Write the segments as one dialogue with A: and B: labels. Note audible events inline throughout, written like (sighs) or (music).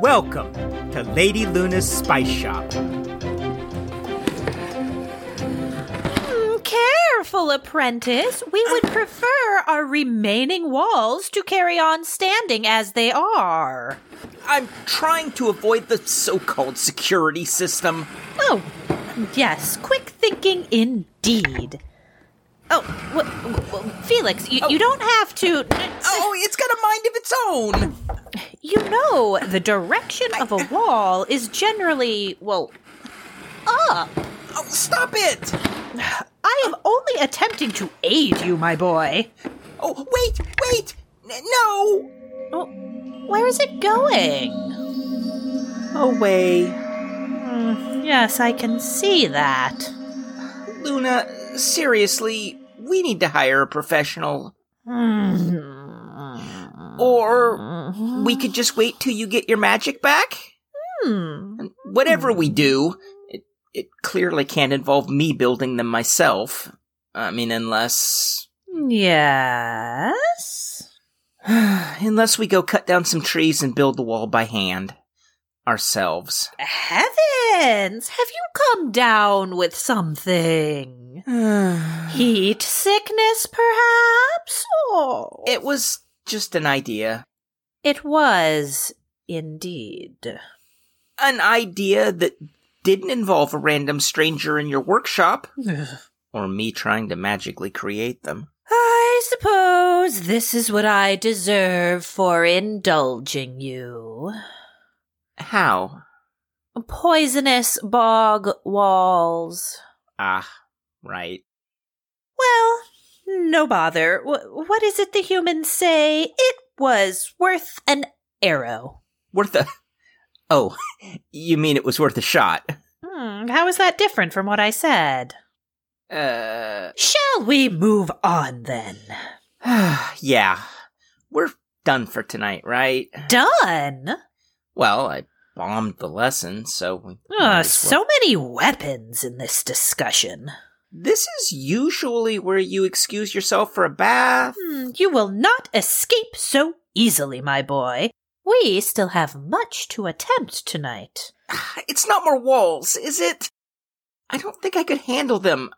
A: Welcome to Lady Luna's Spice Shop.
B: Hmm, Careful, apprentice. We would prefer our remaining walls to carry on standing as they are.
C: I'm trying to avoid the so called security system.
B: Oh, yes, quick thinking indeed. Oh, w- w- Felix, you, you don't have to.
C: Oh, it's got a mind of its own!
B: You know, the direction of a wall is generally, well, up.
C: Oh, stop it!
B: I am only attempting to aid you, my boy.
C: Oh, wait, wait! N- no!
B: Oh, where is it going?
C: Oh, Away.
B: Yes, I can see that.
C: Luna, seriously, we need to hire a professional. Or we could just wait till you get your magic back? Hmm. Whatever we do, it, it clearly can't involve me building them myself. I mean, unless. (sighs)
B: Yes.
C: Unless we go cut down some trees and build the wall by hand. Ourselves.
B: Heavens! Have you come down with something? Heat sickness, perhaps? Oh.
C: It was just an idea.
B: It was indeed.
C: An idea that didn't involve a random stranger in your workshop. or me trying to magically create them.
B: I suppose this is what I deserve for indulging you.
C: How?
B: Poisonous bog walls.
C: Ah, right.
B: Well, no bother. Wh- what is it the humans say? It was worth an arrow.
C: Worth a. Oh, you mean it was worth a shot?
B: Hmm, how is that different from what I said?
C: Uh, (sighs)
B: Shall we move on then?
C: yeah. We're done for tonight, right?
B: Done?
C: Well, I bombed the lesson, so. we might as
B: Ugh,
C: well-
B: Ah, so many weapons in this discussion.
C: This is usually where you excuse yourself for a bath.
B: Hmm, you will not escape so easily, my boy. We still have much to attempt tonight.
C: (sighs) It's not more walls, is it? I don't think I could handle them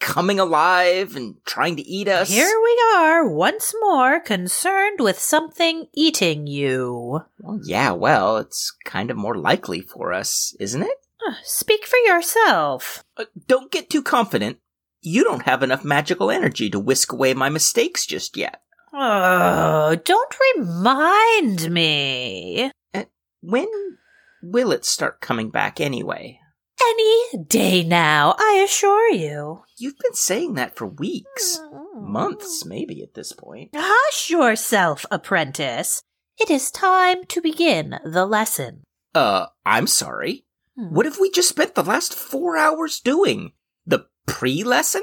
C: coming alive and trying to eat us.
B: Here we are once more concerned with something eating you.
C: Well, yeah, well, it's kind of more likely for us, isn't it?
B: Ugh, Speak for yourself.
C: Uh, don't get too confident. You don't have enough magical energy to whisk away my mistakes just yet.
B: Oh, don't remind me.
C: When will it start coming back anyway?
B: Any day now, I assure you.
C: You've been saying that for weeks, months maybe at this point.
B: Hush yourself, apprentice. It is time to begin the lesson.
C: Uh, I'm sorry. What have we just spent the last four hours doing? The pre lesson?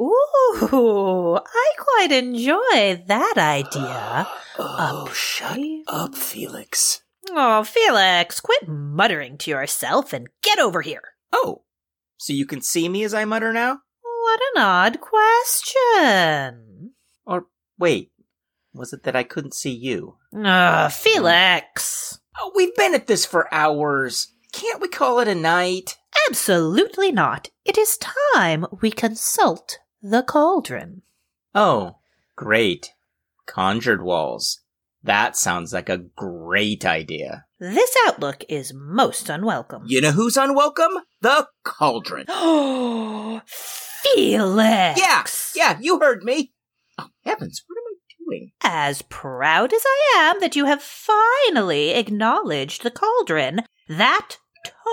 B: Ooh, I quite enjoy that idea.
C: Oh, shut
B: pre-
C: up, Felix.
B: Oh, Felix, quit muttering to yourself and get over here.
C: Oh, so you can see me as I mutter now?
B: What an odd question.
C: Or wait, was it that I couldn't see you?
B: Ugh, Felix.
C: Oh, we've been at this for hours. Can't we call it a night?
B: Absolutely not. It is time we consult the cauldron.
C: Oh, great. Conjured walls. That sounds like a great idea.
B: This outlook is most unwelcome.
C: You know who's unwelcome? The (gasps) cauldron.
B: Oh, (gasps) Felix!
C: Yeah, yeah, you heard me. Oh, heavens, what am I doing?
B: As proud as I am that you have finally acknowledged the cauldron, that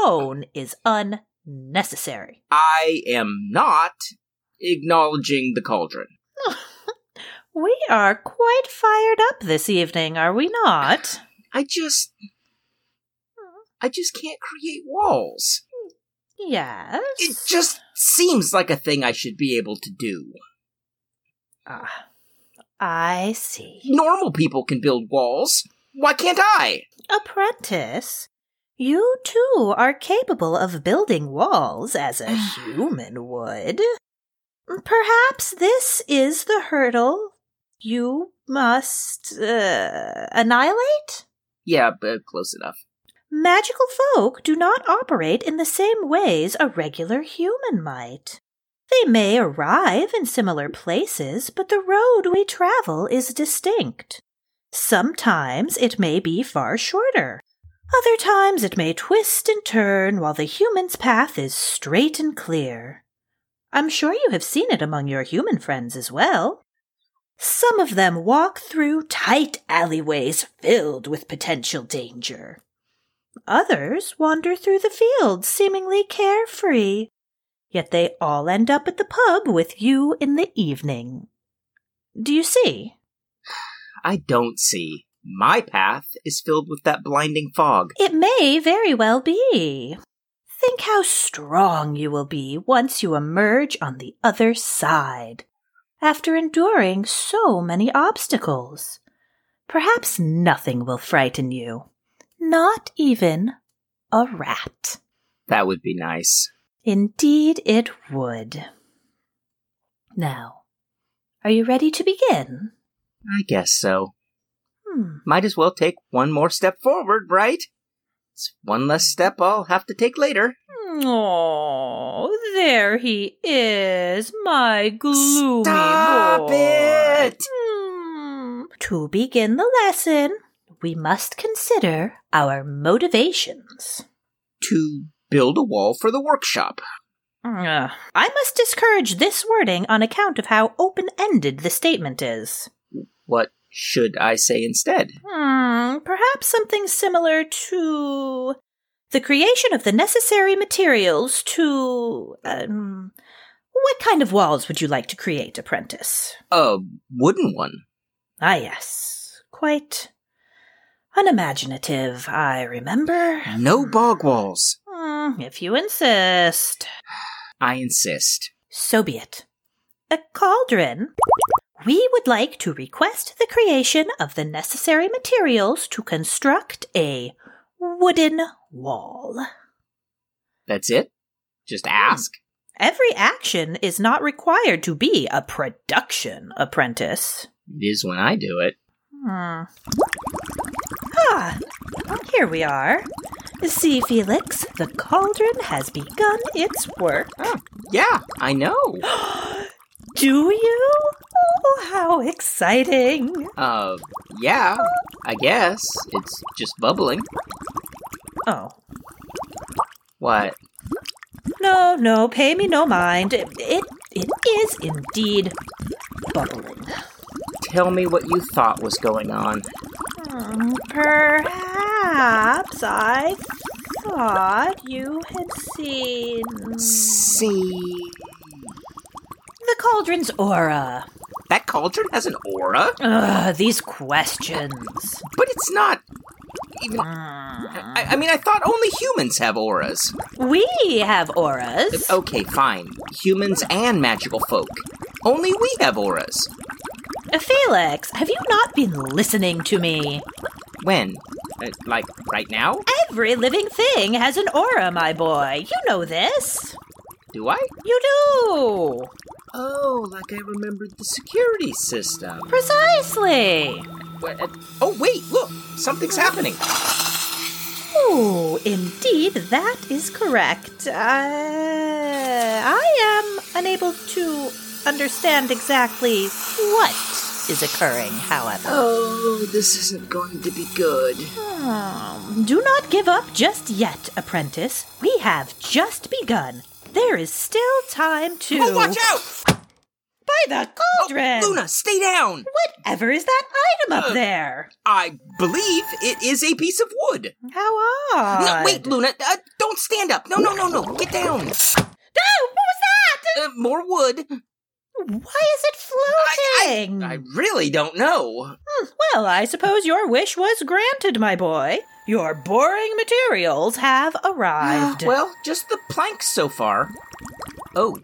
B: tone is unnecessary.
C: I am not acknowledging the cauldron.
B: We are quite fired up this evening, are we not?
C: I just. I just can't create walls.
B: Yes.
C: It just seems like a thing I should be able to do.
B: Ah, I see.
C: Normal people can build walls. Why can't I?
B: Apprentice, you too are capable of building walls as a human would. Perhaps this is the hurdle you must uh, annihilate?
C: Yeah, but close enough.
B: magical folk do not operate in the same ways a regular human might. They may arrive in similar places, but the road we travel is distinct. Sometimes it may be far shorter. Other times it may twist and turn while the human's path is straight and clear. I'm sure you have seen it among your human friends as well. Some of them walk through tight alleyways filled with potential danger. Others wander through the fields seemingly carefree. Yet they all end up at the pub with you in the evening. Do you see?
C: I don't see. My path is filled with that blinding fog.
B: It may very well be. Think how strong you will be once you emerge on the other side, after enduring so many obstacles. Perhaps nothing will frighten you, not even a rat.
C: That would be nice.
B: Indeed, it would. Now, are you ready to begin?
C: I guess so.
B: Hmm.
C: Might as well take one more step forward, right? It's one less step I'll have to take later.
B: Oh, there he is, my gloomy
C: Stop
B: boy.
C: it!
B: Hmm. To begin the lesson, we must consider our motivations.
C: To build a wall for the workshop.
B: Ugh. I must discourage this wording on account of how open-ended the statement is.
C: What should I say instead?
B: Hmm, perhaps something similar to the creation of the necessary materials to. Um, what kind of walls would you like to create, apprentice?
C: A wooden one.
B: Ah, yes. Quite unimaginative, I remember.
C: No bog walls.
B: Hmm, if you insist.
C: I insist.
B: So be it. A cauldron. We would like to request the creation of the necessary materials to construct a wooden wall.
C: That's it? Just ask?
B: Every action is not required to be a production apprentice.
C: It is when I do it.
B: Hmm. Ah, here we are. See, Felix, the cauldron has begun its work. (gasps)
C: Yeah, I know.
B: Do you? Oh, how exciting!
C: Uh, yeah, I guess. It's just bubbling.
B: Oh,
C: What?
B: No, no, pay me no mind. It, it, it is indeed bubbling.
C: Tell me what you thought was going on.
B: Hmm, Perhaps I thought you had seen the
C: See.
B: cauldron's aura.
C: That cauldron has an aura,
B: Ugh, these questions.
C: but it's not even.
B: Hmm.
C: I, I mean, I thought only humans have auras.
B: We have auras.
C: Okay, fine. Humans and magical folk. Only we have auras.
B: Felix, have you not been listening to me?
C: When? Uh, like, right now?
B: Every living thing has an aura, my boy. You know this.
C: Do I?
B: You do.
C: Oh, like I remembered the security system.
B: Precisely.
C: Wha- uh, Oh, wait, look! Something's happening!
B: Oh, indeed, that is correct. Uh, I am unable to understand exactly what is occurring, however.
C: Oh, this isn't going to be good.
B: Hmm. Do not give up just yet, apprentice. We have just begun. There is still time to.
C: Oh, watch out! Oh,
B: By the cauldron!
C: Luna, stay down!
B: Whatever is that item up
C: Uh,
B: there?
C: I believe it is a piece of wood.
B: How
C: No,
B: odd.
C: wait, Luna, uh, don't stand up. No, no, no, no, get down.
B: No, what was that?
C: Uh, more wood.
B: Why is it floating?
C: I really don't know.
B: Well, I suppose your wish was granted, my boy. Your boring materials have arrived.
C: (gasps) Well, just the planks so far. Oh,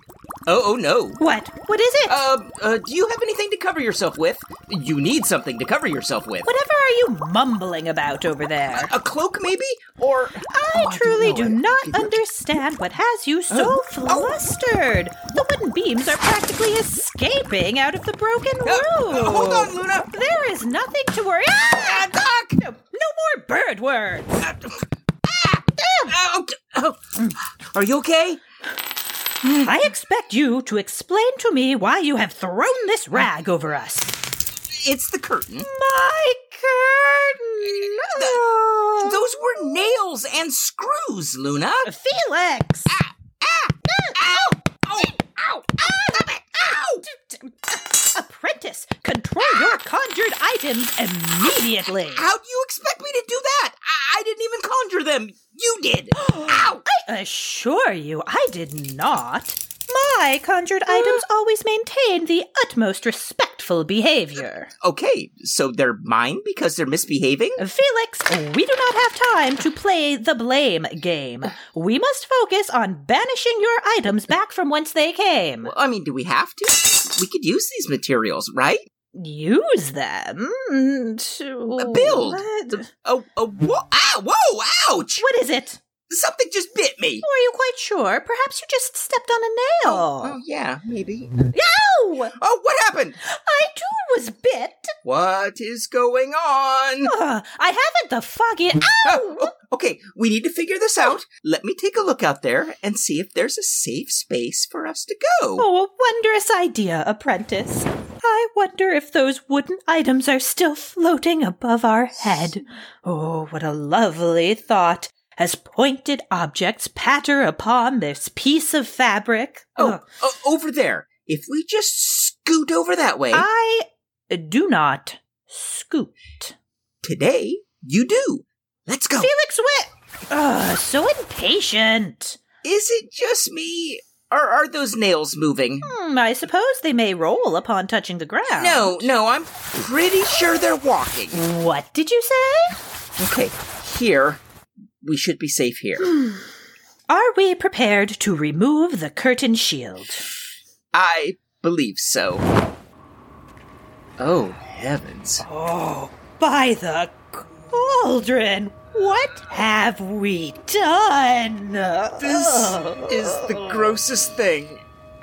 C: oh, oh no.
B: what? What is it?
C: Uh, uh, do you have anything to cover yourself with? You need something to cover yourself with.
B: Whatever are you mumbling about over there?
C: A cloak, maybe? Or
B: I
C: Oh, don't
B: truly
C: know. Oh,
B: do
C: I-
B: not understand what has you so flustered. The wooden beams are practically escaping out of the broken
C: Uh,
B: roof.
C: uh, hold on, Luna.
B: There is nothing to worry. Ah!
C: Ah, Doc!
B: No more bird words.
C: Ah, Oh, oh. Are you okay?
B: I expect you to explain to me why you have thrown this
C: Uh,
B: rag over us.
C: It's the curtain.
B: My curtain!
C: Those were nails and screws, Luna.
B: (laughs) Felix!
C: Ah. Ow! Ow! Ow! Stop it! Ow!
B: Apprentice, control
C: Ah.
B: your conjured items immediately!
C: How do you expect me to do that? I, I didn't even conjure them. You did. Ow!
B: I assure you, I did not. My conjured
C: Ah.
B: items always maintain the utmost respectful behavior.
C: Okay, so they're mine because they're misbehaving?
B: Felix, we do not have time to play the blame game. We must focus on banishing your items back from whence they came.
C: Well, I mean, do we have to? We could use these materials, right?
B: Use them to
C: A build.
B: What?
C: Oh, oh, whoa, ow, whoa, ouch!
B: What is it?
C: Something just bit me.
B: Are you quite sure? Perhaps you just stepped on a
C: Oh,
B: nail.
C: yeah, maybe.
B: No,
C: Oh, what happened?
B: I too was bit.
C: What is going on?
B: Ugh, I haven't the foggiest. Ow!
C: Oh, oh, okay, we need to figure this out. Let me take a look out there and see if there's a safe space for us to go.
B: Oh, a wondrous idea, apprentice. I wonder if those wooden items are still floating above our head. Oh, what a lovely thought. As pointed objects patter upon this piece of fabric.
C: Oh,
B: Ugh.
C: o- over there. If we just scoot over that way,
B: I do not scoot.
C: today you do. Let's go.
B: Felix Wit! Ugh, so impatient.
C: Is it just me? Or are those nails moving?
B: Hmm, I suppose they may roll upon touching the ground.
C: No, no, I'm pretty sure they're walking.
B: What did you say?
C: Okay, here. We should be safe here.
B: Are we prepared to remove the curtain shield?
C: I believe so. Oh, heavens.
B: Oh, by the cauldron! What have we done?
C: This is the grossest thing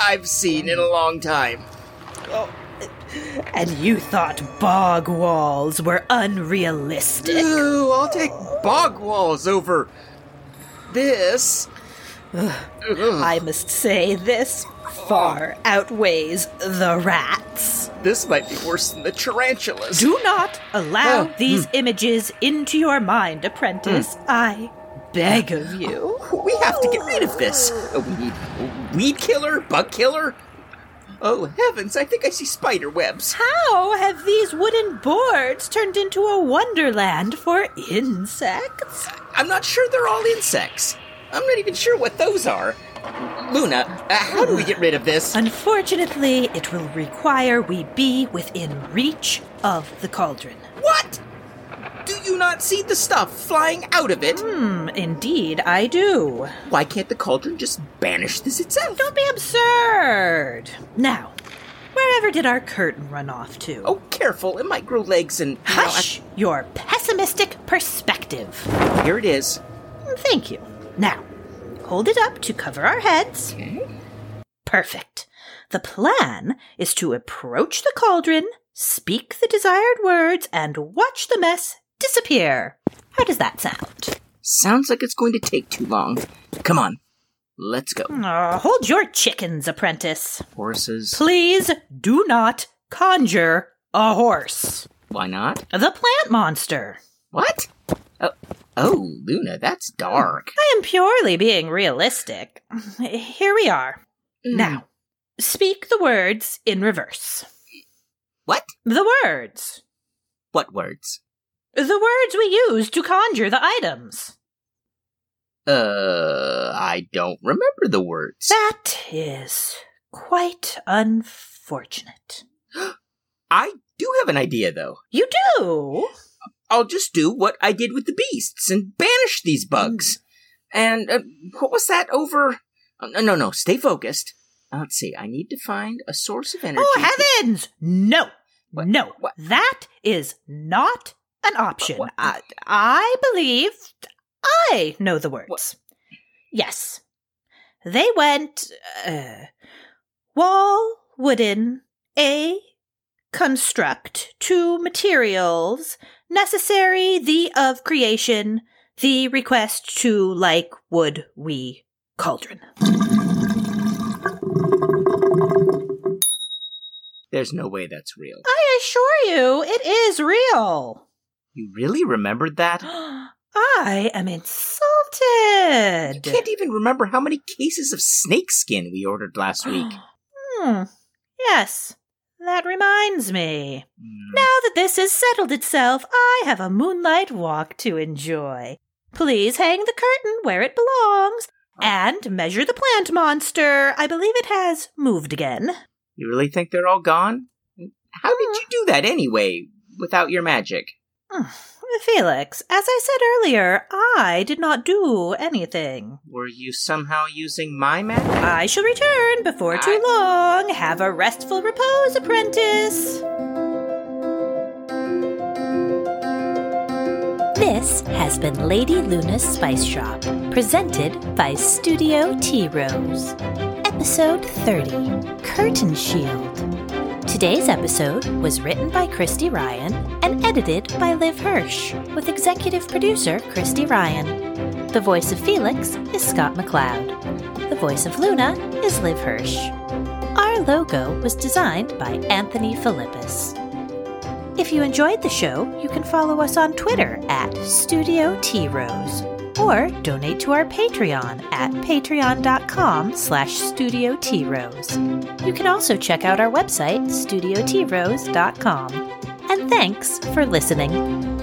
C: I've seen in a long time.
B: And you thought bog walls were unrealistic.
C: Ooh, I'll take bog walls over this.
B: I must say, this far outweighs the rats.
C: This might be worse than the tarantulas.
B: Do not allow
C: Oh, Hmm.
B: these images into your mind, apprentice. I beg of you.
C: We have to get rid of this. Uh, We need a weed killer, bug killer. Oh heavens! I think I see spider webs.
B: How have these wooden boards turned into a wonderland for insects?
C: I'm not sure they're all insects. I'm not even sure what those are. Luna, uh, how do we get rid of this?
B: Unfortunately, it will require we be within reach of the cauldron.
C: What? Do you not see the stuff flying out of it?
B: Hmm, indeed, I do.
C: Why can't the cauldron just banish this itself?
B: Don't be absurd. Now, wherever did our curtain run off to?
C: Oh, careful! It might grow legs and. No, I-
B: hush your pessimistic perspective.
C: here it is.
B: Thank you. Now, hold it up to cover our heads. Perfect. The plan is to approach the cauldron, speak the desired words, and watch the mess disappear. How does that sound?
C: Sounds like it's going to take too long. Come on, let's go.
B: Uh, hold your chickens, apprentice.
C: Horses.
B: Please do not conjure a horse.
C: Why not?
B: The plant monster.
C: What? Oh, oh, Luna, that's dark.
B: I am purely being realistic. Here we are.
C: Mm.
B: Now, speak the words in reverse.
C: What?
B: The words.
C: What words?
B: The words we use to conjure the items.
C: Uh, I don't remember the words.
B: That is quite unfortunate.
C: I do have an idea, though.
B: You do?
C: I'll just do what I did with the beasts and banish these bugs. And uh, what was that over? Uh, no, no, no. Stay focused. Uh, Let's see. I need to find a source of energy. to-
B: Oh, heavens! No.
C: What?
B: No.
C: What?
B: That is not an option.
C: What?
B: I, I believe I know the words. Yes. They went uh, wall, wooden, a construct, two materials, necessary, the of creation, the request to like would we cauldron.
C: There's no way that's real.
B: I assure you, it is real.
C: You really remembered that?
B: (gasps) I am insulted.
C: You can't even remember how many cases of snake skin we ordered
B: (gasps)
C: last week.
B: Hmm. Yes, that reminds me. Now that this has settled itself, I have a moonlight walk to enjoy. Please hang the curtain where it belongs and measure the plant monster. I believe it has moved again.
C: You really think they're all gone? How did you do that anyway, without your magic?
B: Felix, as I said earlier, I did not do anything.
C: Were you somehow using my magic?
B: I shall return before too long. Have a restful repose, apprentice.
D: This has been Lady Luna's Spice Shop, presented by Studio T Rose. Episode 30 Curtain Shield. Today's episode was written by Christy Ryan and edited by Liv Hirsch, with executive producer Christy Ryan. The voice of Felix is Scott McLeod. The voice of Luna is Liv Hirsch. Our logo was designed by Anthony Philippus. If you enjoyed the show, you can follow us on Twitter at Studio T Rose or donate to our Patreon at patreon.com slash Studio T Rose. You can also check out our website, studiotrose.com. And thanks for listening.